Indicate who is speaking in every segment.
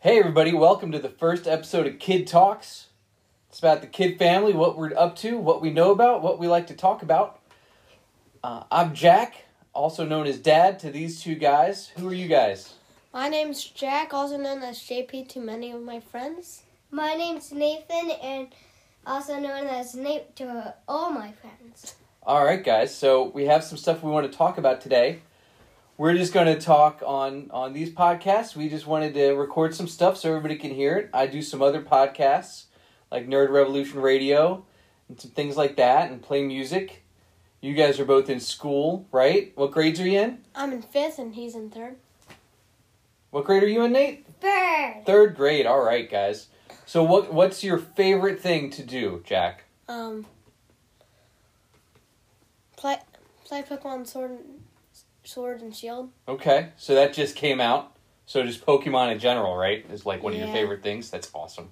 Speaker 1: Hey, everybody, welcome to the first episode of Kid Talks. It's about the kid family, what we're up to, what we know about, what we like to talk about. Uh, I'm Jack, also known as Dad to these two guys. Who are you guys?
Speaker 2: My name's Jack, also known as JP to many of my friends.
Speaker 3: My name's Nathan, and also known as Nate to all my friends.
Speaker 1: All right, guys, so we have some stuff we want to talk about today. We're just going to talk on on these podcasts. We just wanted to record some stuff so everybody can hear it. I do some other podcasts like Nerd Revolution Radio and some things like that and play music. You guys are both in school, right? What grades are you in?
Speaker 2: I'm in fifth and he's in third.
Speaker 1: What grade are you in, Nate?
Speaker 3: Bird.
Speaker 1: Third grade. All right, guys. So what what's your favorite thing to do, Jack?
Speaker 2: Um, play play Pokemon Sword and, Sword and Shield.
Speaker 1: Okay, so that just came out. So just Pokemon in general, right? Is like one of your
Speaker 2: Yeah.
Speaker 1: favorite things. That's awesome.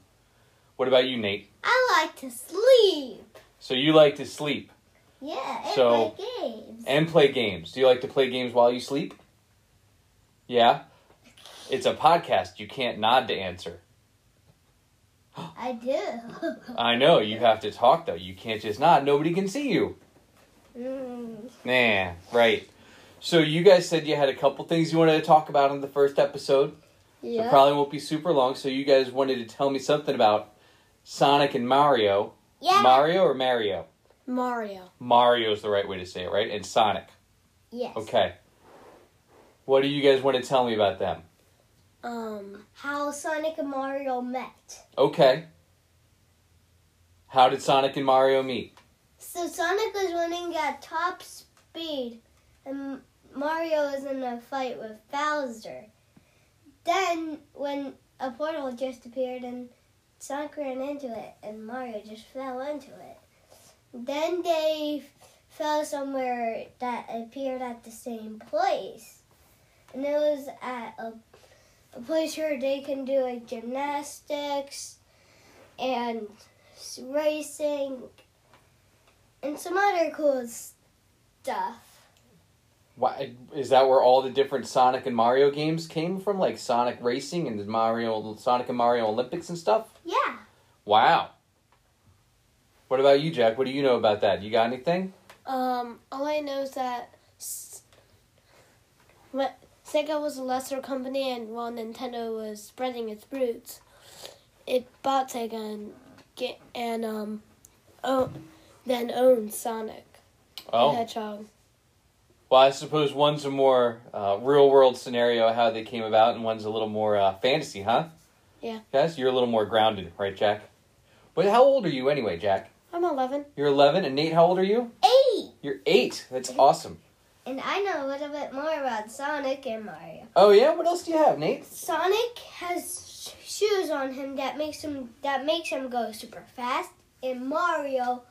Speaker 1: What about you, Nate?
Speaker 3: I like to sleep.
Speaker 1: So you like to sleep
Speaker 3: Yeah, and
Speaker 1: So-
Speaker 3: play games.
Speaker 1: and play games. Do you like to play games while you sleep? Yeah. It's a podcast. You can't nod to answer.
Speaker 3: I do.
Speaker 1: I know, you have to talk though. You can't just nod. Nobody can see you.
Speaker 3: Mm.
Speaker 1: Nah, right. So you guys said you had a couple things you wanted to talk about in the first episode. It probably won't be super long. So you guys wanted to tell me something about Sonic and Mario.
Speaker 3: Yeah.
Speaker 1: Mario or Mario?
Speaker 2: Mario.
Speaker 1: Mario's the right way to say it, right? And Sonic.
Speaker 3: yes.
Speaker 1: Okay. What do you guys want to tell me about them?
Speaker 2: Um,
Speaker 3: How Sonic and Mario met.
Speaker 1: Okay. How did Sonic and Mario meet?
Speaker 3: So Sonic was running at top speed, and Mario was in a fight with Bowser. Then, when a portal just appeared, and Sonic ran into it, and Mario just fell into it. Then they fell somewhere that appeared at the same place, and it was at a, a place where they can do like gymnastics and s- racing and some other cool stuff.
Speaker 1: Why is that where all the different Sonic and Mario games came from, like Sonic Racing and the Mario Sonic and Mario Olympics and stuff?
Speaker 3: Yeah.
Speaker 1: Wow. What about you, Jack? What do you know about that? You got anything?
Speaker 2: um, all I know is that s- when Sega was a lesser company and while Nintendo was spreading its roots, it bought Sega and, ga- and um, oh, then owned Sonic the
Speaker 1: Oh,
Speaker 2: Hedgehog.
Speaker 1: well, I suppose one's a more uh, real world scenario, how they came about, and one's a little more uh, fantasy, huh?
Speaker 2: Yeah.
Speaker 1: Guys, you're a little more grounded, right, Jack? But how old are you anyway, Jack?
Speaker 2: I'm 11.
Speaker 1: You're 11, and Nate, how old are you?
Speaker 3: Eight.
Speaker 1: You're 8. That's awesome.
Speaker 3: And I know a little bit more about Sonic and Mario.
Speaker 1: Oh, yeah? What else do you have, Nate?
Speaker 3: Sonic has sh- shoes on him that makes him that makes him go super fast. And Mario,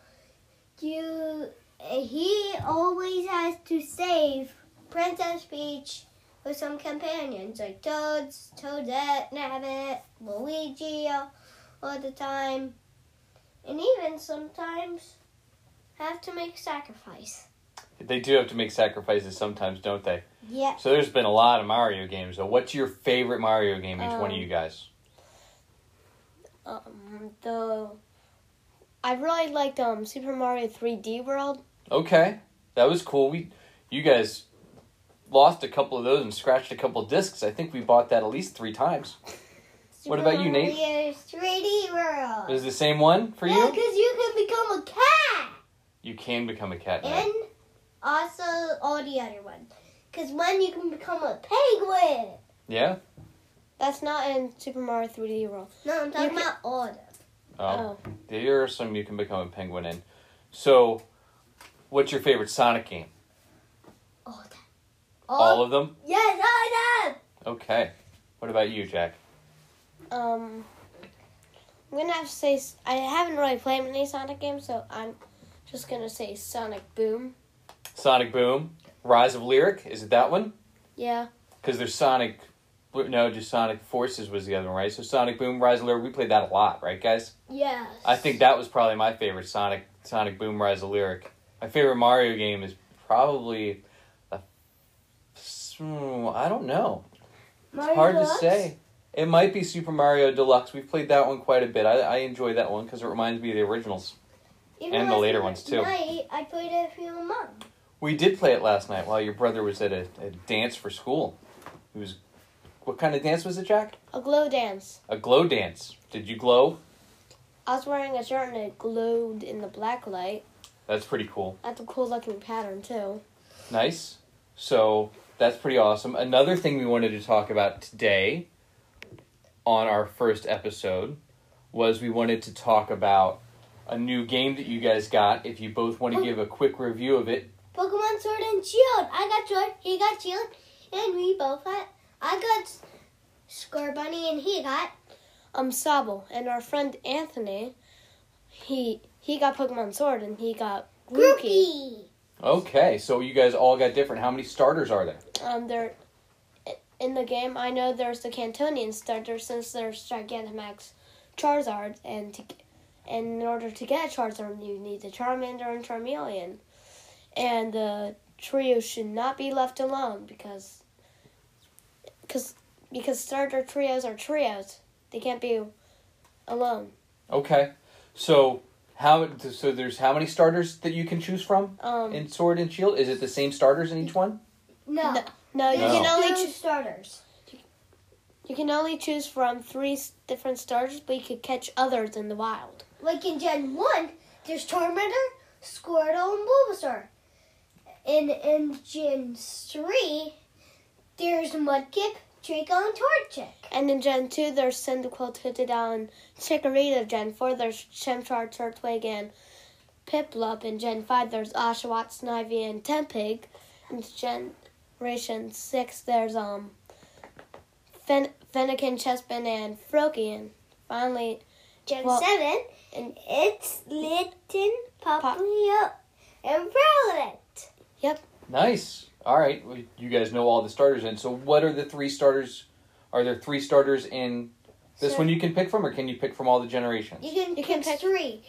Speaker 3: you he always has to save Princess Peach with some companions like Toads, Toadette, Nabbit, Luigi all, all the time, and even sometimes have to make sacrifice.
Speaker 1: They do have to make sacrifices sometimes, don't they?
Speaker 3: Yeah,
Speaker 1: So there's been a lot of Mario games, though. What's your favorite Mario game, each one of
Speaker 2: Um,
Speaker 1: you guys?
Speaker 2: Um, the I really liked um Super Mario 3D World.
Speaker 1: Okay, that was cool. We, you guys, lost a couple of those and scratched a couple of discs. I think we bought that at least three times. What about you, Nate?
Speaker 3: Mario's 3D World.
Speaker 1: Is it the same one for
Speaker 3: Yeah,
Speaker 1: you?
Speaker 3: because you can become a cat.
Speaker 1: You can become a cat now.
Speaker 3: And also all the other ones. Because when you can become a penguin.
Speaker 1: Yeah.
Speaker 2: That's not in Super Mario 3D World.
Speaker 3: No, I'm
Speaker 2: You
Speaker 3: talking
Speaker 2: can-
Speaker 3: about all of them.
Speaker 1: Oh, there are some you can become a penguin in. So, what's your favorite Sonic game?
Speaker 3: All of them.
Speaker 1: All of them.
Speaker 3: Yes, all of them.
Speaker 1: Okay. What about you, Jack?
Speaker 2: Oh, um, I'm gonna have to say s- I haven't really played many Sonic games, so I'm just gonna say Sonic Boom.
Speaker 1: Sonic Boom, Rise of Lyric. Is it that one?
Speaker 2: Yeah,
Speaker 1: Because there's Sonic. No, just Sonic Forces was the other one, right? So Sonic Boom, Rise of Lyric. We played that a lot, right, guys?
Speaker 3: Yes.
Speaker 1: I think that was probably my favorite Sonic Sonic Boom Rise of Lyric. My favorite Mario game is probably a, I don't know. It's
Speaker 3: Mario
Speaker 1: hard to
Speaker 3: Deluxe
Speaker 1: say. It might be Super Mario Deluxe. We've played that one quite a bit. I, I enjoy that one because it reminds me of the originals.
Speaker 3: Even
Speaker 1: And the
Speaker 3: last
Speaker 1: later ones, too.
Speaker 3: Night, I played it for your mom.
Speaker 1: We did play it last night while your brother was at a, a dance for school. He was, what kind of dance was it, Jack?
Speaker 2: A glow dance.
Speaker 1: A glow dance. Did you glow?
Speaker 2: I was wearing a shirt and it glowed in the black light.
Speaker 1: That's pretty cool.
Speaker 2: That's a cool looking pattern too.
Speaker 1: Nice. So that's pretty awesome. Another thing we wanted to talk about today on our first episode was we wanted to talk about a new game that you guys got. If you both want to give a quick review of it,
Speaker 3: Pokemon Sword and Shield. I got Sword, he got Shield, and we both had. I got S- Scorbunny, and he got.
Speaker 2: Um, Sobble and our friend Anthony, he he got Pokemon Sword and he got Grookey.
Speaker 3: Grookey.
Speaker 1: okay, so you guys all got different. How many starters are there?
Speaker 2: Um, there in the game. I know there's the Cantonian starter since there's Gigantamax, Charizard, and to, and in order to get Charizard, you need the Charmander and Charmeleon, and the trio should not be left alone because because because starter trios are trios. They can't be alone.
Speaker 1: Okay, so how so there's how many starters that you can choose from
Speaker 2: Um,
Speaker 1: in Sword and Shield? Is it the same starters in each one?
Speaker 3: No.
Speaker 2: No, no, you
Speaker 1: No.
Speaker 2: can only
Speaker 3: two
Speaker 2: choo-
Speaker 3: starters.
Speaker 2: you can only choose from three s- different starters, but you could catch others in the wild.
Speaker 3: Like in Gen 1, there's Tormentor, Squirtle, and Bulbasaur. And in Gen 3, there's Mudkip, Draco, and Torchic.
Speaker 2: And in Gen 2, there's Cyndaquil, Totodile, and Chikorita. Gen 4, there's Chimchar, Turtwig, and Piplup. In Gen 5, there's Oshawott, Snivy, and Tempig. In Generation 6, there's um Fen- Fennekin, Chespin, and Froakie. And finally,
Speaker 3: Gen
Speaker 2: Well,
Speaker 3: 7,
Speaker 2: and-
Speaker 3: it's Litten, Papillon, and Rowlet.
Speaker 1: Nice. All right, well, you guys know all the starters in. So what are the three starters? Are there three starters in this
Speaker 3: So-
Speaker 1: one you can pick from, or can you pick from all the generations?
Speaker 3: You can,
Speaker 2: You
Speaker 3: pick,
Speaker 2: can pick-
Speaker 3: three.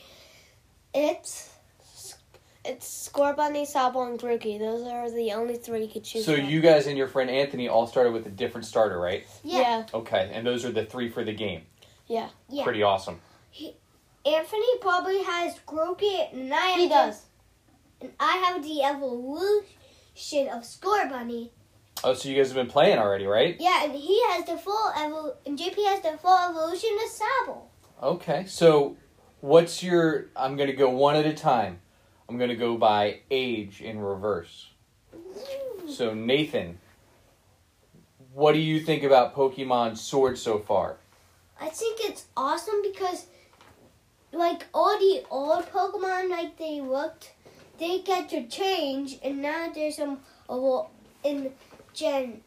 Speaker 3: It's
Speaker 2: it's Scorbunny, Sobble, and Grookey. Those are the only three you could choose
Speaker 1: So
Speaker 2: from.
Speaker 1: you guys and your friend Anthony all started with a different starter, right?
Speaker 3: yeah.
Speaker 2: Yeah.
Speaker 1: Okay, and those are the three for the game.
Speaker 2: Yeah.
Speaker 3: Yeah.
Speaker 1: Pretty awesome.
Speaker 3: Anthony probably has Grookey, and I have
Speaker 2: He
Speaker 3: the-
Speaker 2: does.
Speaker 3: and I have the evolution of Scorbunny.
Speaker 1: Oh, so you guys have been playing already, right?
Speaker 3: Yeah, and he has the full evol, and JP has the full evolution of Sobble.
Speaker 1: Okay. So what's your? I'm gonna go one at a time. I'm gonna go by age in reverse. So Nathan, what do you think about Pokemon Sword so far?
Speaker 3: I think it's awesome because, like all the old Pokemon, like they looked, they get to change, and now there's some oh, well, in Gen,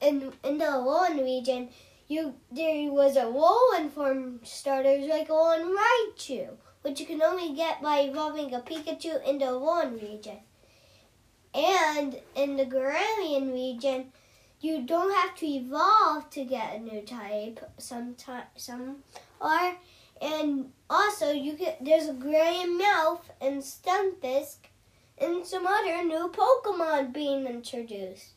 Speaker 3: in in the Alolan region, you there was a Alolan form starters like Alolan Raichu, which you can only get by evolving a Pikachu in the Alolan region, and in the Garamian region, you don't have to evolve to get a new type sometimes some are and also you get there's a gray mouth and stunfisk and some other new pokemon being introduced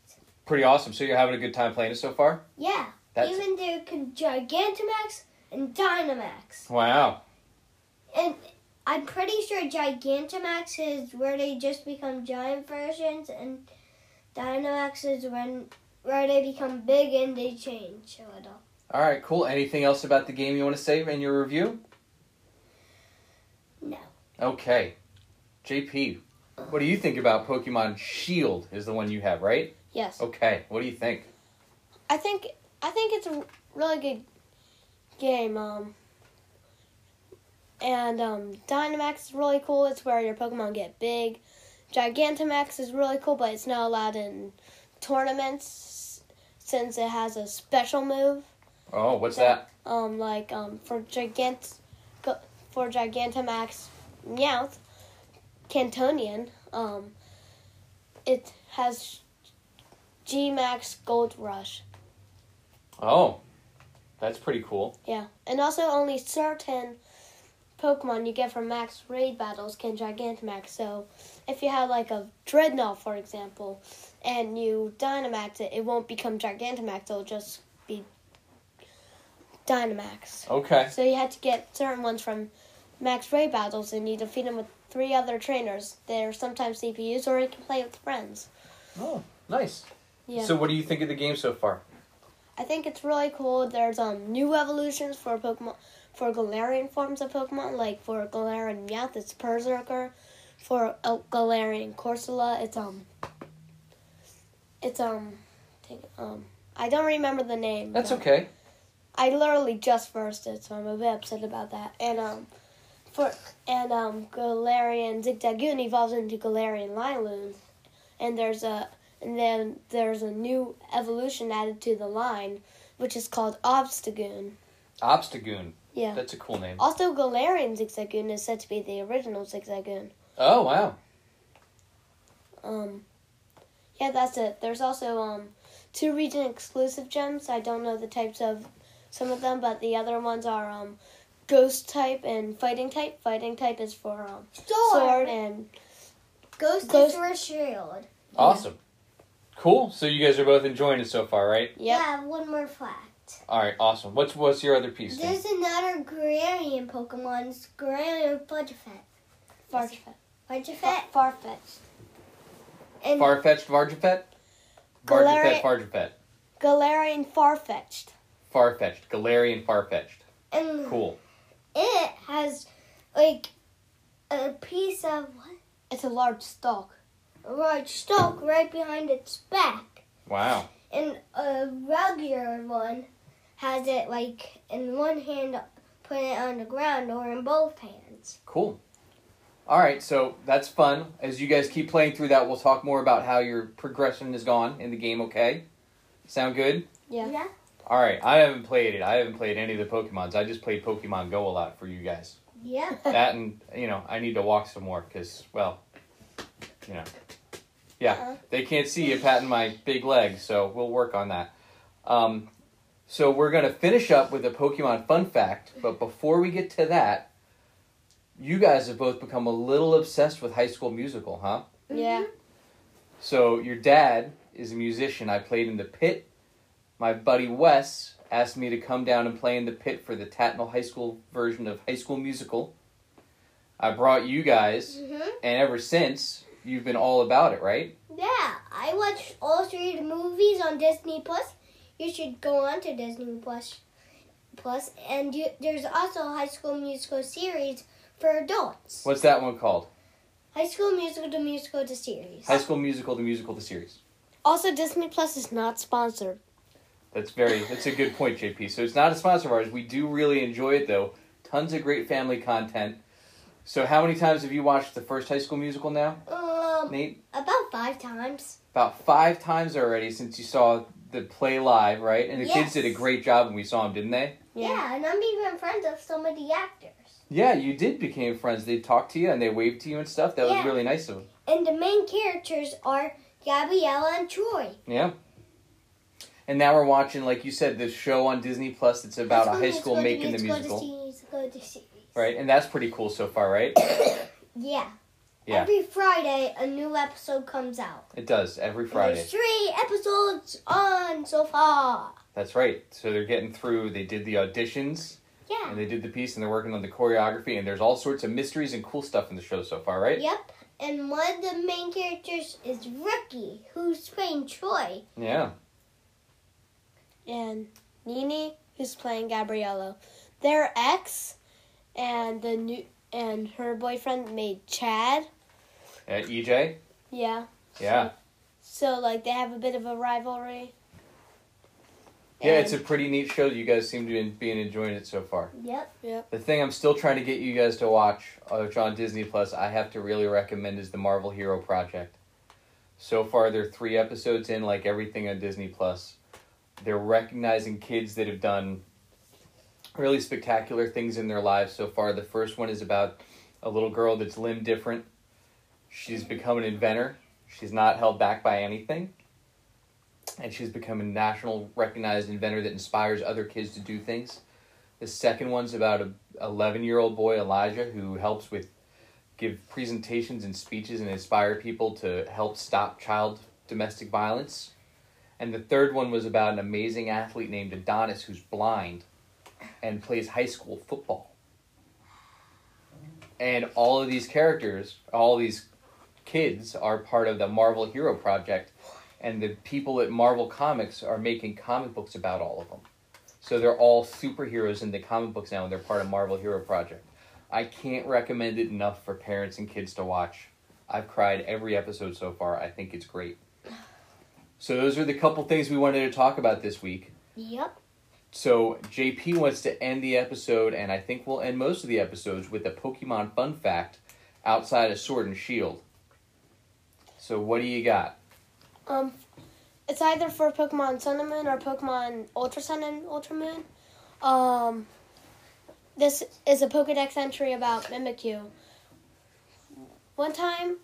Speaker 1: Pretty awesome. So you're having a good time playing it so far?
Speaker 3: yeah
Speaker 1: That's
Speaker 3: even there can gigantamax and dynamax
Speaker 1: wow.
Speaker 3: and i'm pretty sure gigantamax is where they just become giant versions and dynamax is when where they become big and they change a little
Speaker 1: All right, cool. Anything else about the game you want to say in your review?
Speaker 3: No.
Speaker 1: Okay. JP, what do you think about Pokemon Shield? Is the one you have, right?
Speaker 2: Yes.
Speaker 1: Okay. What do you think?
Speaker 2: I think I think it's a really good game. Um, and um, Dynamax is really cool. It's where your Pokemon get big. Gigantamax is really cool, but it's not allowed in tournaments since it has a special move.
Speaker 1: Oh, what's that?
Speaker 2: That- Um, like um, for gigant go- for Gigantamax Meowth, Cantonian. Um, it has G Max Gold Rush.
Speaker 1: Oh, that's pretty cool.
Speaker 2: Yeah, and also only certain Pokemon you get from max raid battles can Gigantamax. So if you have like a Dreadnought, for example, and you Dynamax it, it won't become Gigantamax. It'll just be Dynamax.
Speaker 1: Okay.
Speaker 2: So you had to get certain ones from Max Ray battles, and you defeat them with three other trainers. They're sometimes CPUs, or you can play with friends.
Speaker 1: Oh, nice.
Speaker 2: Yeah.
Speaker 1: So, what do you think of the game so far?
Speaker 2: I think it's really cool. There's um new evolutions for Pokemon for Galarian forms of Pokemon, like for Galarian Meowth, it's Berserker. For El- Galarian Corsola, it's um it's um take, um I don't remember the name.
Speaker 1: That's
Speaker 2: but
Speaker 1: okay.
Speaker 2: I literally just versed it, so I'm a bit upset about that. And um for and um Galarian Zigzagoon evolves into Galarian Liloon. And there's a and then there's a new evolution added to the line, which is called Obstagoon.
Speaker 1: Obstagoon.
Speaker 2: Yeah.
Speaker 1: That's a cool name.
Speaker 2: Also, Galarian Zigzagoon is said to be the original Zigzagoon.
Speaker 1: Oh, wow.
Speaker 2: Um, yeah, that's it. There's also um, two region exclusive gems. I don't know the types of some of them, but the other ones are um, ghost type and fighting type. Fighting type is for um, sword and
Speaker 3: Ghost,
Speaker 2: Ghost-
Speaker 3: is for shield.
Speaker 1: Awesome. Cool. So, you guys are both enjoying it so far, right?
Speaker 2: yep.
Speaker 3: Yeah, one more fact.
Speaker 1: All right, awesome. What's what's your other piece? Dan?
Speaker 3: There's another Galarian Pokemon. It's Galarian Farfetch.
Speaker 2: Farfetch.
Speaker 3: Farfetch?
Speaker 2: Farfetch.
Speaker 3: And
Speaker 1: Farfetched Vargipet? Vargipet,
Speaker 2: Galarian-
Speaker 1: Vargipet.
Speaker 2: Galarian Farfetched.
Speaker 1: Farfetched. Galarian Farfetched.
Speaker 2: Hmm.
Speaker 3: and
Speaker 1: Cool.
Speaker 3: it has like a piece of what?
Speaker 2: It's a large stalk.
Speaker 3: a large stalk right behind its back,
Speaker 1: Wow.
Speaker 3: and a regular one has it like in one hand, putting it on the ground, or in both hands.
Speaker 1: Cool. All right, so that's fun. As you guys keep playing through that, we'll talk more about how your progression has gone in the game, okay? Sound good?
Speaker 2: Yeah.
Speaker 1: All right, I haven't played it. I haven't played any of the Pokemons. I just played Pokemon Go a lot for you guys.
Speaker 3: Yeah.
Speaker 1: That and, you know, I need to walk some more because, well, you know.
Speaker 3: Uh-huh.
Speaker 1: Yeah, they can't see you patting my big leg, so we'll work on that. Um, so we're going to finish up with a Pokemon fun fact, but before we get to that, you guys have both become a little obsessed with High School Musical, huh?
Speaker 2: Yeah.
Speaker 3: Mm-hmm.
Speaker 1: So your dad is a musician. I played in the pit. My buddy Wes asked me to come down and play in the pit for the Tatnall High School version of High School Musical. I brought you guys,
Speaker 3: Mhm.
Speaker 1: and ever since you've been all about it, right?
Speaker 3: Yeah, I watched all three of the movies on Disney Plus. You should go on to Disney Plus. Plus, and you, there's also a High School Musical series for adults.
Speaker 1: What's that one called?
Speaker 3: High School Musical the Musical the series.
Speaker 1: High School Musical: The Musical: The Series.
Speaker 2: Also, Disney Plus is not sponsored.
Speaker 1: That's very. That's a good point, JP. So it's not a sponsor of ours. We do really enjoy it though. Tons of great family content. So how many times have you watched the first High School Musical now,
Speaker 3: Um,
Speaker 1: Nate?
Speaker 3: about five times.
Speaker 1: about five times already since you saw the play live, right? And the kids
Speaker 3: Yes.
Speaker 1: did a great job when we saw them, didn't they?
Speaker 3: Yeah. and I'm even friends with some of the actors.
Speaker 1: Yeah, you did became friends. They talked to you and they waved to you and stuff. That was
Speaker 3: Yeah.
Speaker 1: really nice of them.
Speaker 3: And the main characters are Gabriella and Troy.
Speaker 1: Yeah. And now we're watching, like you said, this show on Disney Plus that's about a high school making the musical,
Speaker 3: Musical the series.
Speaker 1: right? And that's pretty cool so far, right?
Speaker 3: Yeah.
Speaker 1: Yeah.
Speaker 3: Every Friday, a new episode comes out.
Speaker 1: It does every
Speaker 3: And
Speaker 1: Friday.
Speaker 3: There's three episodes on so far.
Speaker 1: That's right. So they're getting through. They did the auditions
Speaker 3: Yeah.
Speaker 1: and they did the piece and they're working on the choreography. And there's all sorts of mysteries and cool stuff in the show so far, right?
Speaker 3: Yep. And one of the main characters is Ricky, who's playing Troy.
Speaker 1: Yeah.
Speaker 2: and Nini, who's playing Gabriello. Their ex and the new and her boyfriend made Chad.
Speaker 1: Uh, EJ.
Speaker 2: Yeah.
Speaker 1: Yeah.
Speaker 2: So like they have a bit of a rivalry.
Speaker 1: Yeah, it's a
Speaker 2: And-
Speaker 1: pretty neat show. You guys seem to be being enjoying it so far.
Speaker 3: Yep.
Speaker 1: The thing I'm still trying to get you guys to watch, uh, which on Disney Plus, I have to really recommend is the Marvel Hero Project. So far, they're three episodes in, like everything on Disney Plus. They're recognizing kids that have done really spectacular things in their lives so far. The first one is about a little girl that's limb different. She's become an inventor. She's not held back by anything. And she's become a national recognized inventor that inspires other kids to do things. The second one's about a 11 year old boy, Elijah, who helps with give presentations and speeches and inspire people to help stop child domestic violence. And the third one was about an amazing athlete named Adonis who's blind and plays high school football. And all of these characters, all these kids, are part of the Marvel Hero Project, and the people at Marvel Comics are making comic books about all of them. So they're all superheroes in the comic books now, and they're part of Marvel Hero Project. I can't recommend it enough for parents and kids to watch. I've cried every episode so far. I think it's great. So those are the couple things we wanted to talk about this week.
Speaker 3: Yep.
Speaker 1: So JP wants to end the episode, and I think we'll end most of the episodes with a Pokemon fun fact outside of Sword and Shield. So what do you got?
Speaker 2: Um, it's either for Pokemon Sun and Moon or Pokemon Ultra Sun and Ultra Moon. Um, this is a Pokedex entry about Mimikyu. One time,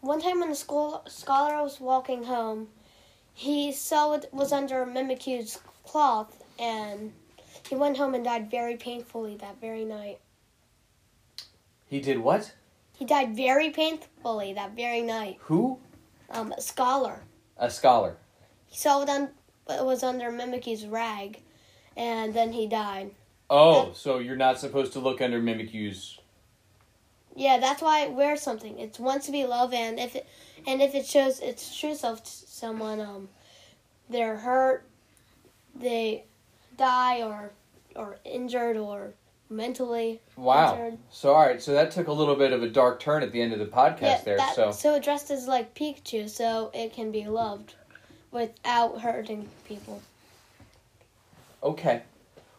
Speaker 2: one time when the school scholar was walking home, he saw it was under Mimikyu's cloth, and he went home and died very painfully that very night.
Speaker 1: He did what?
Speaker 2: He died very painfully that very night.
Speaker 1: Who?
Speaker 2: Um, a scholar.
Speaker 1: A scholar.
Speaker 2: He saw it, un- it was under Mimikyu's rag, and then he died.
Speaker 1: Oh, so you're not supposed to look under Mimikyu's.
Speaker 2: Yeah, that's why it wears something. It wants to be loved, and if it, and if it shows its true self to someone, um, they're hurt, they die, or or injured, or mentally
Speaker 1: Wow.
Speaker 2: injured.
Speaker 1: So all right, so that took a little bit of a dark turn at the end of the podcast there.
Speaker 2: that-
Speaker 1: so
Speaker 2: so it dressed as like Pikachu, so it can be loved without hurting people.
Speaker 1: Okay.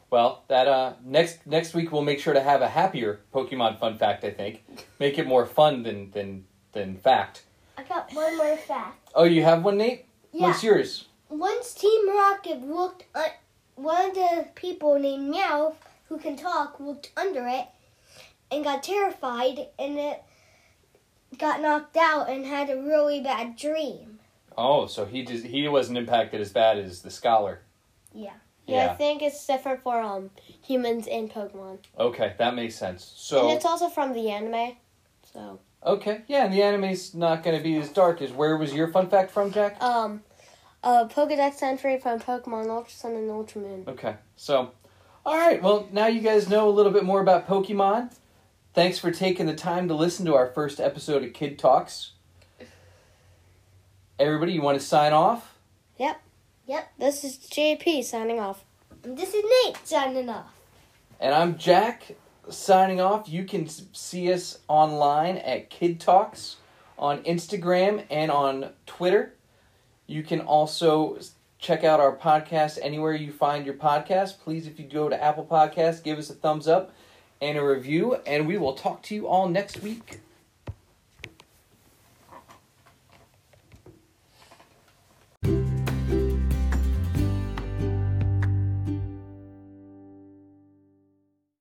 Speaker 1: Well, that uh next next week we'll make sure to have a happier Pokemon fun fact, I think. Make it more fun than than than fact.
Speaker 3: I got one more fact.
Speaker 1: Oh, you have one, Nate?
Speaker 3: Yeah.
Speaker 1: What's yours?
Speaker 3: Once Team Rocket looked, uh, one of the people named Meow, who can talk, looked under it and got terrified and it got knocked out and had a really bad dream.
Speaker 1: Oh, so he just he wasn't impacted as bad as the scholar.
Speaker 3: Yeah.
Speaker 2: Yeah,
Speaker 1: Yeah.
Speaker 2: I think it's different for um humans and Pokemon,
Speaker 1: Okay, that makes sense.
Speaker 2: and
Speaker 1: So
Speaker 2: it's also from the anime. So
Speaker 1: okay, yeah, and the anime's not gonna be as dark as where was your fun fact from, Jack?
Speaker 2: um, a Pokedex entry from Pokemon Ultra Sun and Ultra Moon.
Speaker 1: Okay. So, all right. Well, now you guys know a little bit more about Pokemon. Thanks for taking the time to listen to our first episode of Kid Talks. Everybody, you want to sign off?
Speaker 2: This is JP signing off.
Speaker 3: And this is Nate signing off.
Speaker 1: And I'm Jack signing off. You can s- see us online at Kid Talks on Instagram and on Twitter. You can also s- check out our podcast anywhere you find your podcast. Please, if you go to Apple Podcasts, give us a thumbs up and a review, and we will talk to you all next week.